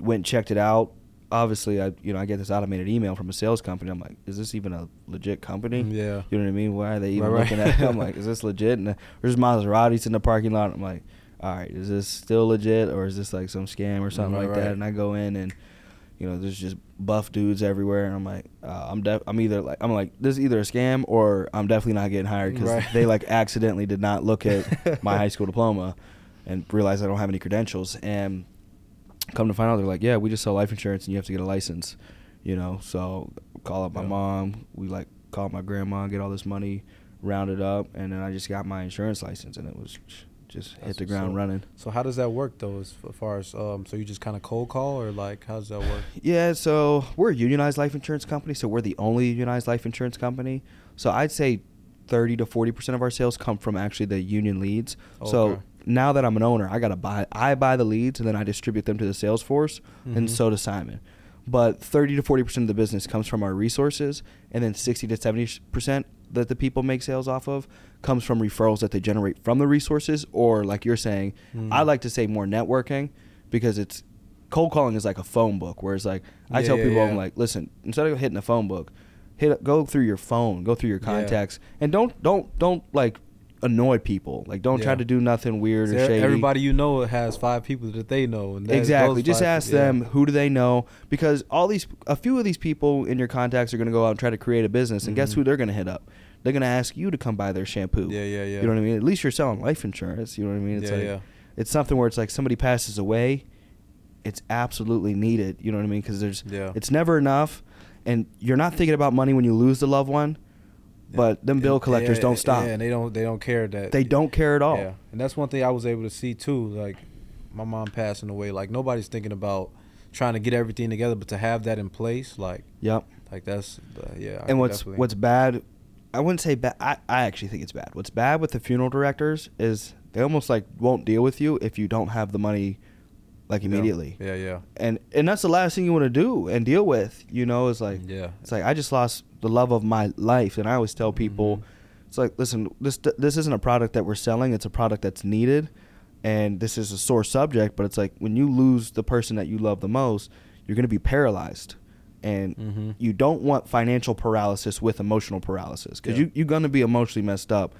went and checked it out. Obviously, I you know I get this automated email from a sales company. I'm like, is this even a legit company?
Yeah.
You know what I mean? Why are they even
Right, right.
looking
[laughs]
at it? I'm like, is this legit? And uh, there's Maseratis in the parking lot. I'm like, all right, is this still legit or is this like some scam or something
Right,
like
right.
that? And I go in and you know, there's just buff dudes everywhere, and I'm like, uh, I'm def- I'm either like, I'm like, this is either a scam or I'm definitely not getting hired because
Right.
they like accidentally did not
[laughs]
look at my high school diploma and realize I don't have any credentials. And come to find out, they're like, yeah, we just sell life insurance and you have to get a license, you know. So call up my
Yeah.
mom. We like call my grandma, get all this money, round it up, and then I just got my insurance license, and it was just
That's
hit the
what's
ground
up.
running.
So how does that work though? As f- far as um, so you just kind of cold call or like how does that work?
Yeah, so we're a unionized life insurance company, so we're the only unionized life insurance company. So I'd say 30 to 40% of our sales come from actually the union leads.
Okay.
So now that I'm an owner, I got to buy I buy the leads and then I distribute them to the sales force
Mhm.
and so does Simon. But 30 to 40% of the business comes from our resources and then 60 to 70% that the people make sales off of comes from referrals that they generate from the resources or like you're saying,
Mm.
I like to say more networking because it's cold calling is like a phone book where it's like I
Yeah,
tell
yeah,
people
yeah.
I'm like, listen, instead of hitting a phone book, hit go through your phone, go through your
Yeah.
contacts, and don't don't don't like annoy people. Like don't
Yeah.
try to do nothing weird or
So e,
shady.
Everybody you know has five people that they know. And that-
exactly.
those
Just
five-
ask
yeah.
them who do they know because all these a few of these people in your contacts are going to go out and try to create a business, and guess
Mhm.
who they're going to hit up? They're going to ask you to come buy their shampoo.
Yeah, yeah, yeah.
You know what I mean? At least you're selling life insurance. You know what I mean? It's
Yeah,
like,
yeah.
It's something where it's like somebody passes away, it's absolutely needed. You know what I mean? Because there's,
Yeah.
it's never enough, and you're not thinking about money when you lose the loved one, but them
And-
bill collectors
yeah,
don't stop.
Yeah, and they don't they don't care that
They don't care at all.
Yeah, and that's one thing I was able to see too. Like my mom passing away, like nobody's thinking about trying to get everything together, but to have that in place, like
Yep.
like that's uh, yeah. I can
and what's
definitely-
what's bad i wouldn't say bad I, I actually think it's bad what's bad with the funeral directors is they almost like won't deal with you if you don't have the money like
Yeah.
immediately
Yeah, yeah,
and and that's the last thing you want to do and deal with you know is like
Yeah.
it's like i just lost the love of my life and i always tell people
Mhm.
it's like listen this this isn't a product that we're selling it's a product that's needed and this is a sore subject but it's like when you lose the person that you love the most you're going to be paralyzed and
Mhm.
Mm-hmm. you don't want financial paralysis with emotional paralysis because
Yeah.
you, you're going to be emotionally messed up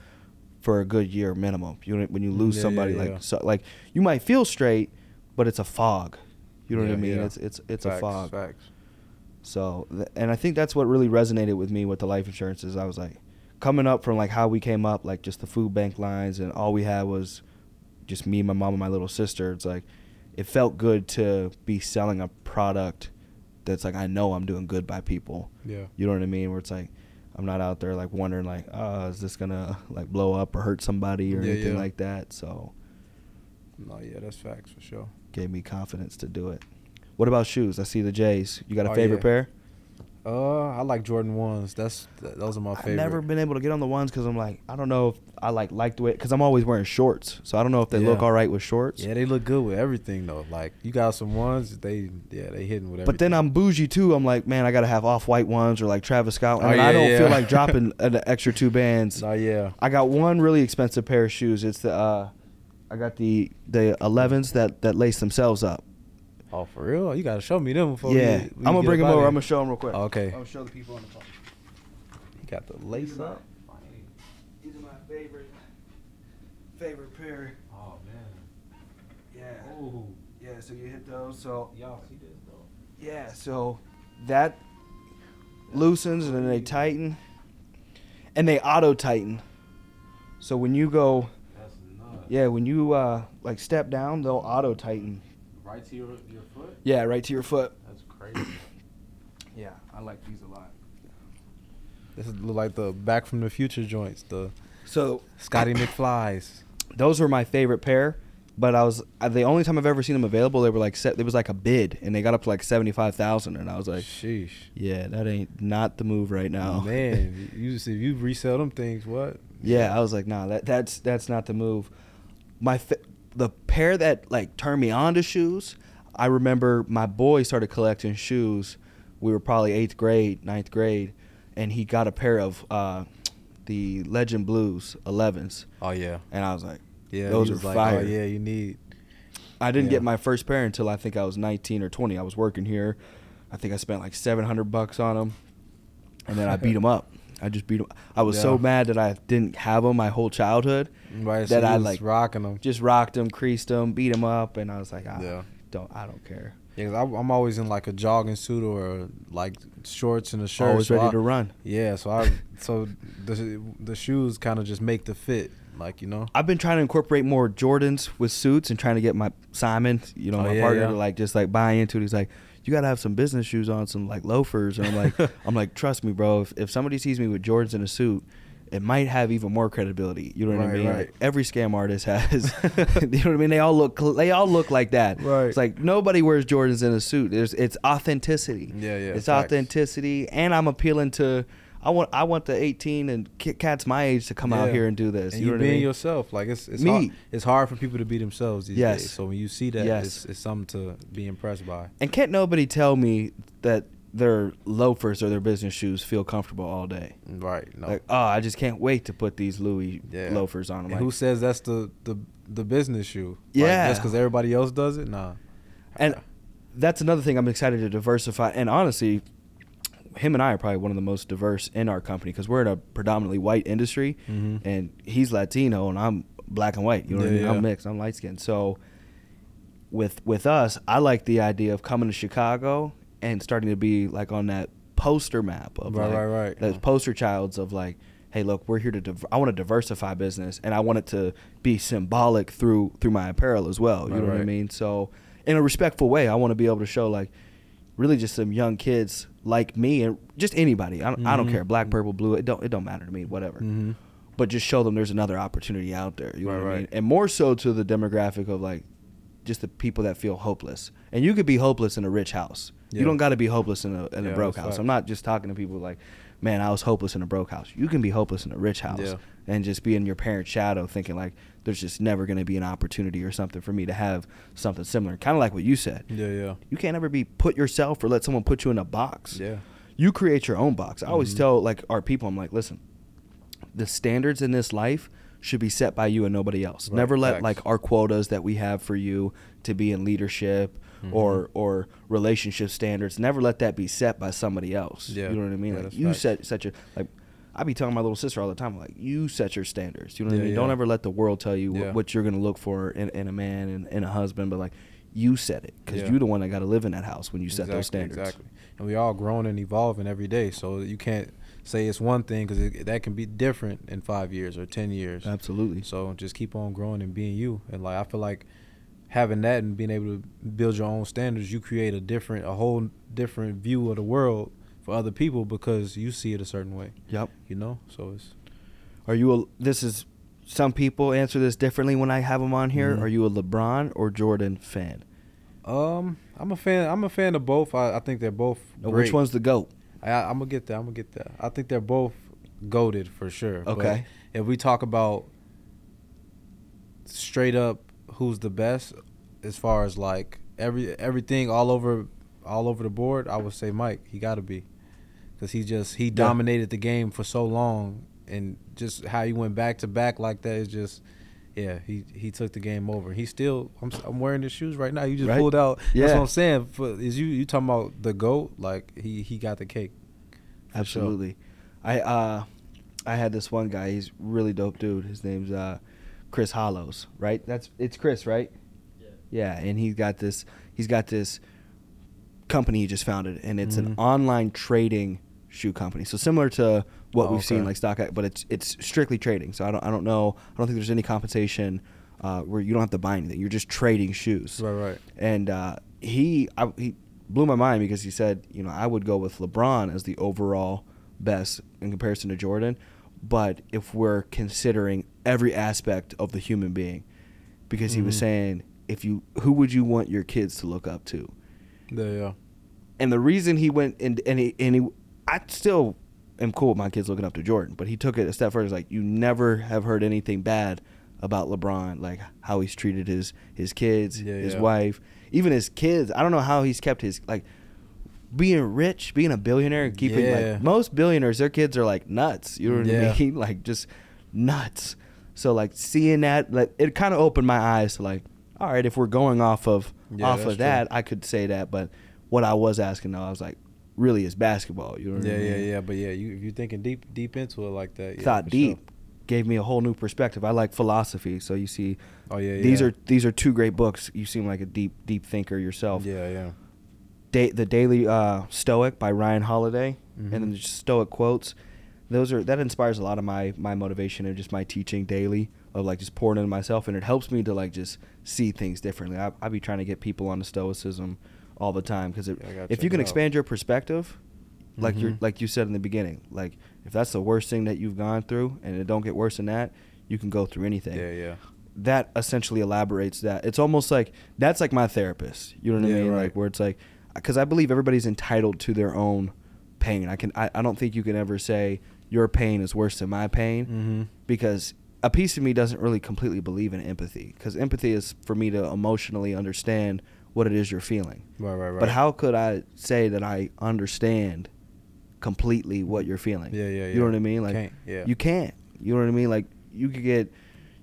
for a good year minimum you know, when you lose
Yeah, yeah,
somebody
yeah.
like so, like you might feel straight but it's a fog you know
Yeah,
what I mean?
yeah.
It's it's it's
facts,
a fog.
Facts.
So, th- and I think that's what really resonated with me with the life insurance is I was like, coming up from like how we came up, like just the food bank lines, and all we had was just me, my mom, and my little sister. It's like, it felt good to be selling a product that's like I know I'm doing good by people.
Yeah.
You know what I mean? Where it's like, I'm not out there like wondering like, oh, is this gonna like blow up or hurt somebody or
Yeah,
anything
yeah.
like that? So,
No, yeah, that's facts for sure.
gave me confidence to do it. What about shoes? I see the J's. You got a
Oh,
favorite
yeah.
pair?
Uh, I like Jordan ones. That's th- those are my favorite.
I've never been able to get on the ones because I'm like, I don't know if I like like the way because I'm always wearing shorts, so I don't know if they look
Yeah.
all right with shorts.
Yeah, they look good with everything though. Like you got some ones, they yeah, they hitting with everything.
But then I'm bougie too. I'm like, man, I gotta have off white ones or like Travis Scott,
Oh,
and
yeah,
I don't
yeah.
feel
[laughs]
like dropping an extra two bands.
No, yeah.
I got one really expensive pair of shoes. It's the uh, I got the the 11s that that lace themselves up.
Oh, for real? You gotta show me them before.
yeah,
Oh, we- we
I'm
get
gonna bring
up
them
out
over.
of here. Oh,
I'm gonna show them real quick.
Okay.
I'm gonna show the people on the phone.
Got the lace up.
Oh,
These are my favorite, favorite pair.
Oh man.
Yeah,
Ooh.
yeah. So you hit those. So
Y'all see this though?
yeah, so that loosens and then they tighten, and they auto tighten. So when you go,
That's nuts.
yeah, when you uh like step down, they'll auto tighten.
Right to your your foot?
Yeah, right to your foot.
That's crazy.
Yeah, I like these a lot.
This look like the Back from the Future joints, the
So
Scotty McFlies.
those were my favorite pair. But I was uh, the only time I've ever seen them available. They were like set. It was like a bid, and they got up to like seventy five thousand, and I was like,
Sheesh.
yeah, that ain't not the move right now. [laughs]
Man, you just, if you resell them things, what?
yeah, I was like, nah, that that's that's not the move. My fa- the pair that like turned me on to shoes. I remember my boy started collecting shoes. We were probably eighth grade, ninth grade, and he got a pair of uh, the Legend Blues 11s,
Oh yeah,
and I was like,
yeah.
Those
you
are
was like,
fire.
Oh yeah, you need.
I didn't
Yeah.
get my first pair until I think I was 19 or 20. I was working here. I think I spent like 700 bucks on them. And then I beat them up. I just beat them. I was so
Yeah.
mad that I didn't have them my whole childhood.
Right,
That
so you
I,
was
like-
rocking them.
Just rocked them, creased them, beat them up, and I was like, I
Yeah.
don't, I don't care.
Yeah, i I'm always in like a jogging suit or like shorts and a shirt.
Always
so
ready
I-
to run.
Yeah, so I so the the shoes kind of just make the fit, like you know.
I've been trying to incorporate more Jordans with suits and trying to get my Simon, you know,
Oh,
my
yeah,
partner
yeah.
to like just like buy into it. He's like, you gotta have some business shoes on, some like loafers. And
[laughs]
I'm like, I'm like, trust me, bro. If, if somebody sees me with Jordans in a suit, it might have even more credibility. You know what I
Right,
mean?
right.
Like every scam
[laughs]
artist has. [laughs] you know what I mean? They all look. They all look like that.
Right.
It's like nobody wears Jordans in a suit. There's it's authenticity.
Yeah, yeah,
It's
facts.
authenticity, and I'm appealing to. I want I want the 18 and Kit Kats my age to come out
Yeah.
here and do this.
And
you
you,
know what I
being
mean?
yourself, like it's it's
Me.
hard, it's hard for people to be themselves these
Yes.
days. So when you see that,
Yes.
it's, it's something to be impressed by.
And can't nobody tell me that their loafers or their business shoes feel comfortable all day?
Right. No.
Like, oh, I just can't wait to put these Louis
Yeah.
loafers on. I'm
And
Like,
who says that's the the the business shoe?
Yeah.
Like, just because everybody else does it, nah.
and that's another thing I'm excited to diversify. And honestly, him and I are probably one of the most diverse in our company because we're in a predominantly white industry,
Mhm.
and he's Latino and I'm black and white. You know what I
Yeah,
mean?
yeah.
I'm mixed. I'm light skinned. So with with us, I like the idea of coming to Chicago and starting to be like on that poster map of
Right,
like,
right, right. Uh-huh.
those
Yeah.
poster childs of like. Hey, look, we're here to. Div- I want to diversify business, and I want it to be symbolic through through my apparel as well. You
Right,
know what I
right.
mean? So, in a respectful way, I want to be able to show like really just some young kids like me and just anybody. I don't, I don't
Mhm.
care, black, purple, blue. It don't it don't matter to me. Whatever.
Mhm.
But just show them there's another opportunity out there. You know
Right,
what I mean?
right.
And more so to the demographic of like just the people that feel hopeless. And you could be hopeless in a rich house. You
Yeah.
don't got to be hopeless in a in a
Yeah,
broke
that's
house.
facts.
I'm not just talking to people like, man, I was hopeless in a broke house. You can be hopeless in a rich house
Yeah.
and just be in your parents' shadow, thinking like there's just never going to be an opportunity or something for me to have something similar. Kind of like what you said.
Yeah, yeah,
You can't ever be put yourself or let someone put you in a box.
yeah.
You create your own box. I
Mm-hmm.
always tell like our people, I'm like, listen, the standards in this life should be set by you and nobody else.
Right,
Never let
facts.
like our quotas that we have for you to be in leadership
Mm-hmm.
or or relationship standards. Never let that be set by somebody else.
Yeah.
You know what I mean?
Yeah,
like
that's
you
facts.
set set your like I be telling my little sister all the time, like, you set your standards. You know what I
Yeah,
mean? Don't
yeah.
ever let the world tell you wh-
Yeah.
what you're gonna look for in, in a man and in a husband, but like you set it because
Yeah.
you're the one that got to live in that house when you set those standards.
And we all grown and evolving every day, so you can't say it's one thing because it, that can be different in five years or ten years.
Absolutely.
So just keep on growing and being you. And like I feel like having that and being able to build your own standards, you create a different, a whole different view of the world for other people because you see it a certain way.
Yep.
You know, so it's
Are you a? This is some people answer this differently when I have them on here.
Mhm.
Are you a LeBron or Jordan fan?
um I'm a fan. I'm a fan of both. I, I think they're both.
Or
great.
Which one's the goat?
I, I'm gonna get that. I'm gonna get that. I think they're both goaded for sure. but
Okay.
if we talk about straight up who's the best as far as like every everything all over all over the board, I would say Mike. He got to be because he just he dominated the game for so long and just how he went back to back like that is just. Yeah, he, he took the game over. He still I'm, s- I'm wearing his shoes right now. You just
Right?
pulled out.
Yeah.
That's what I'm saying. For, is you you talking about the goat? Like he he got the cake.
Absolutely. I uh, I had this one guy. He's really dope dude. His name's uh, Chris Hollows. Right? That's it's Chris, right?
Yeah.
Yeah, and he's got this. He's got this company he just founded, and it's an
Mhm.
online trading shoe company. So similar to what
Oh,
we've seen
okay.
like StockX, but it's it's strictly trading. So I don't I don't know. I don't think there's any compensation uh, where you don't have to buy anything. You're just trading shoes
Right, right.
and uh, he I, he blew my mind because he said, you know, I would go with LeBron as the overall best in comparison to Jordan, but if we're considering every aspect of the human being, because he was
Mhm.
saying, if you who would you want your kids to look up to?
Yeah, yeah.
and the reason he went and and he, and he I still am cool with my kids looking up to Jordan, but he took it a step further. He's like, you never have heard anything bad about LeBron, like how he's treated his his kids,
Yeah,
his
yeah.
wife, even his kids. I don't know how he's kept his like being rich, being a billionaire, and keeping
Yeah.
like most billionaires, their kids are like nuts. You know what
Yeah.
I mean? [laughs] Like just nuts. So like seeing that, like it kind of opened my eyes to like, all right, if we're going off of
Yeah,
off
that's
of
true.
that, I could say that, but what I was asking though, I was like, really is basketball. You know what
Yeah,
I mean?
yeah, yeah. But yeah, you if you're thinking deep deep into it like that, yeah,
Thought
for
deep.
sure.
Gave me a whole new perspective. I like philosophy, so you see
Oh yeah, yeah.
these are these are two great books. You seem like a deep deep thinker yourself.
Yeah, yeah.
Da- the Daily uh, Stoic by Ryan Holiday,
Mhm.
and then just Stoic quotes. Those are that inspires a lot of my my motivation and just my teaching daily of like just pouring into myself, and it helps me to like just see things differently. I I be trying to get people onto Stoicism all the time because
Yeah, I gotta
if
check
you can
it out.
expand your perspective, like you
Mhm.
like you said in the beginning, like if that's the worst thing that you've gone through and it don't get worse than that, you can go through anything
Yeah, yeah.
that essentially elaborates that. It's almost like that's like my therapist. You know what I
Yeah,
mean?
right.
Like where it's like, because I believe everybody's entitled to their own pain. I can I, I don't think you can ever say your pain is worse than my pain
Mhm.
because a piece of me doesn't really completely believe in empathy because empathy is for me to emotionally understand what it is you're feeling.
Right, right, right.
But how could I say that I understand completely what you're feeling?
Yeah, yeah, yeah.
You know what I mean? Like
Can't, yeah.
you can't. You know what I mean? Like you could get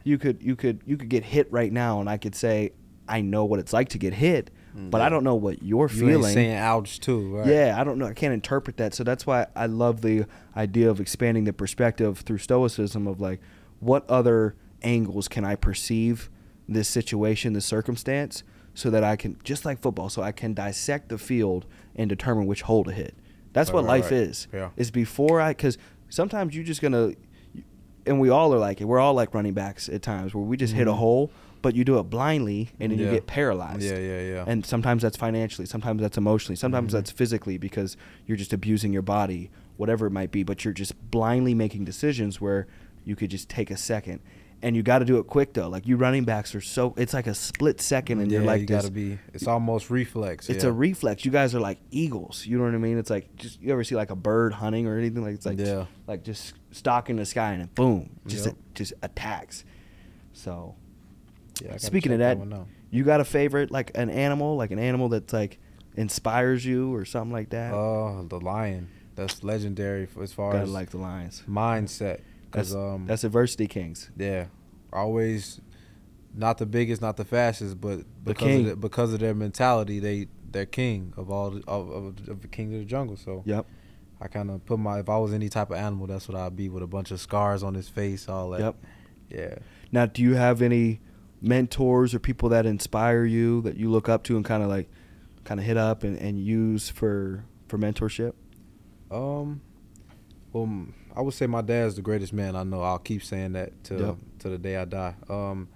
you could you could you could get hit right now and I could say I know what it's like to get hit, but
Mm,
I
Yeah.
don't know what you're
Mm-hmm. you
feeling.
ain't saying ouch too, right?
Yeah, I don't know. I can't interpret that. So that's why I love the idea of expanding the perspective through stoicism of like, what other angles can I perceive this situation, this circumstance, so that I can, just like football, so I can dissect the field and determine which hole to hit. That's
Right,
what
right,
life
right.
is.
Yeah.
Is before I, because sometimes you're just going to, and we all are like it. We're all like running backs at times where we just hit a
Mhm.
hole, but you do it blindly and then you
Yeah.
get paralyzed.
Yeah, yeah, yeah.
And sometimes that's financially, sometimes that's emotionally, sometimes
Mhm.
that's physically because you're just abusing your body, whatever it might be, but you're just blindly making decisions where you could just take a second. And you got to do it quick though. Like you running backs are so it's like a split second and you're
Yeah,
like
you
this,
gotta be. It's almost reflex.
it's
yeah.
a reflex. You guys are like eagles. You know what I mean? It's like just you ever see like a bird hunting or anything like it's like
Yeah.
like just stalking the sky and then boom, just
Yep.
just attacks. So
Yeah, I gotta
Speaking of
check
that,
one out.
you got a favorite like an animal, like an animal that's like inspires you or something like that?
Oh, the lion. That's legendary f- as far
Gotta
as
like the lions.
mindset.
That's
Cause um,
that's adversity kings.
yeah, always not the biggest, not the fastest, but because
king.
of the, because of their mentality, they they're king of all the- of, of, of the king of the jungle. So
Yep.
I kind of put my if I was any type of animal, that's what I'd be with a bunch of scars on his face, all that.
Yep.
Yeah.
Now, do you have any mentors or people that inspire you that you look up to and kind of like kind of hit up and, and use for for mentorship?
Um, well, m- I would say my dad's the greatest man I know. I'll keep saying that till
Yep.
till the day I die. Um,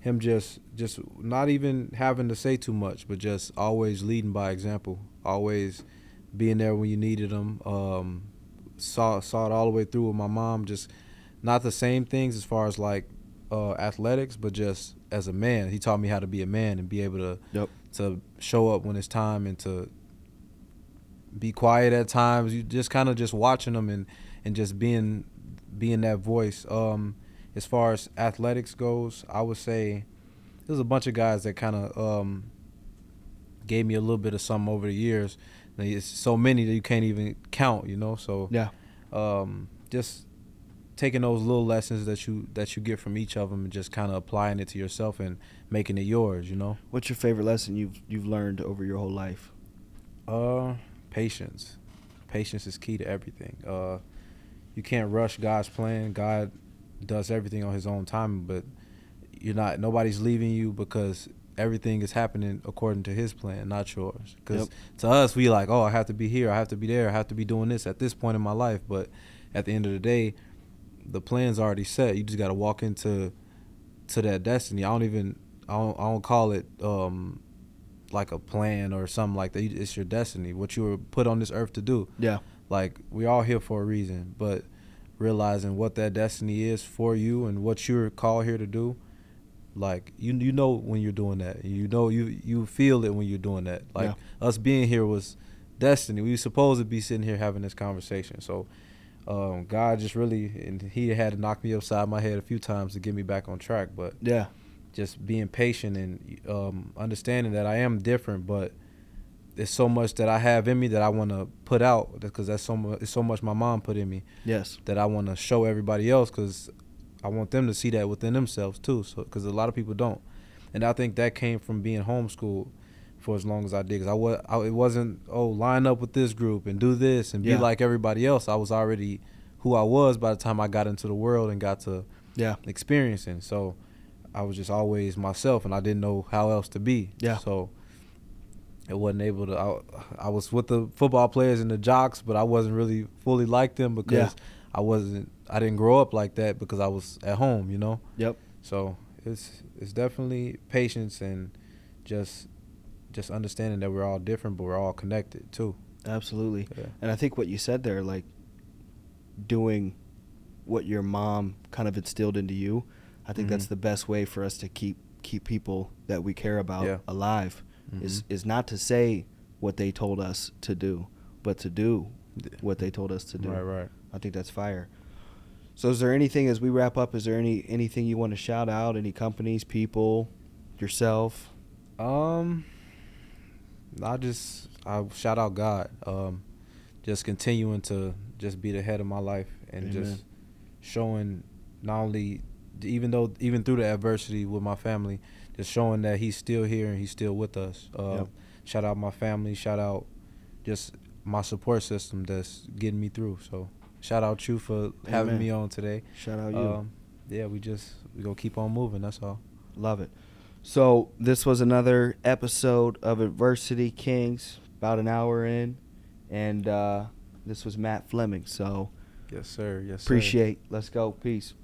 him just just not even having to say too much, but just always leading by example, always being there when you needed him. Um, saw saw it all the way through with my mom. Just not the same things as far as like uh, athletics, but just as a man, he taught me how to be a man and be able to
Yep.
to show up when it's time and to be quiet at times. You just kind of just watching them and and just being being that voice. Um, as far as athletics goes, I would say there's a bunch of guys that kind of um, gave me a little bit of something over the years. And It's so many that you can't even count, you know. So
Yeah.
um, just taking those little lessons that you that you get from each of them and just kind of applying it to yourself and making it yours, you know.
What's your favorite lesson you've you've learned over your whole life?
Uh, patience. Patience is key to everything. Uh, you can't rush God's plan. God does everything on His own time, but you're not. Nobody's leaving you because everything is happening according to His plan, not yours. Because to us, we like, oh, I have to be here, I have to be there, I have to be doing this at this point in my life. But at the end of the day, the plan's already set. You just got to walk into to that destiny. I don't even I don't, I don't call it um like a plan or something like that. You- It's your destiny, what you were put on this earth to do.
Yeah.
Like we all here for a reason, but realizing what that destiny is for you and what you're called here to do, like you you know when you're doing that. You know you you feel it when you're doing that. Like us being here was destiny. We were supposed to be sitting here having this conversation. So um, God just really and he had to knock me upside my head a few times to get me back on track, but
Yeah.
just being patient and um, understanding that I am different, but there's so much that I have in me that I want to put out because that's so much. It's so much my mom put in me
Yes.
that I want to show everybody else because I want them to see that within themselves too. So because a lot of people don't, and I think that came from being homeschooled for as long as I did. Cause I was I, it wasn't oh line up with this group and do this and
Yeah.
be like everybody else. I was already who I was by the time I got into the world and got to
Yeah.
experiencing. So I was just always myself, and I didn't know how else to be.
Yeah.
So it wasn't able to. I, I was with the football players and the jocks, but I wasn't really fully like them because
Yeah.
I wasn't. I didn't grow up like that because I was at home. You know.
Yep.
So it's it's definitely patience and just just understanding that we're all different, but we're all connected too.
Absolutely.
Yeah.
And I think what you said there, like doing what your mom kind of instilled into you, I think that's
Mhm.
the best way for us to keep keep people that we care about
Yeah.
alive. Is
Mhm.
is not to say what they told us to do, but to do what they told us to do.
Right, right.
I think that's fire. So is there anything as we wrap up, is there any anything you want to shout out, any companies, people, yourself?
Um, I just I shout out God. Um, just continuing to just be the head of my life and
Amen.
just showing not only even though even through the adversity with my family, just showing that He's still here and He's still with us. Uh,
Yep.
Shout out my family. Shout out just my support system that's getting me through. So shout out you for having
Amen.
me on today.
Shout out you.
Um, yeah, we just we gonna keep on moving. That's all.
Love it. So this was another episode of Adversity Kings, about an hour in, and uh, this was Matt Fleming. So
Yes, sir. Yes, sir.
appreciate. Let's go. Peace.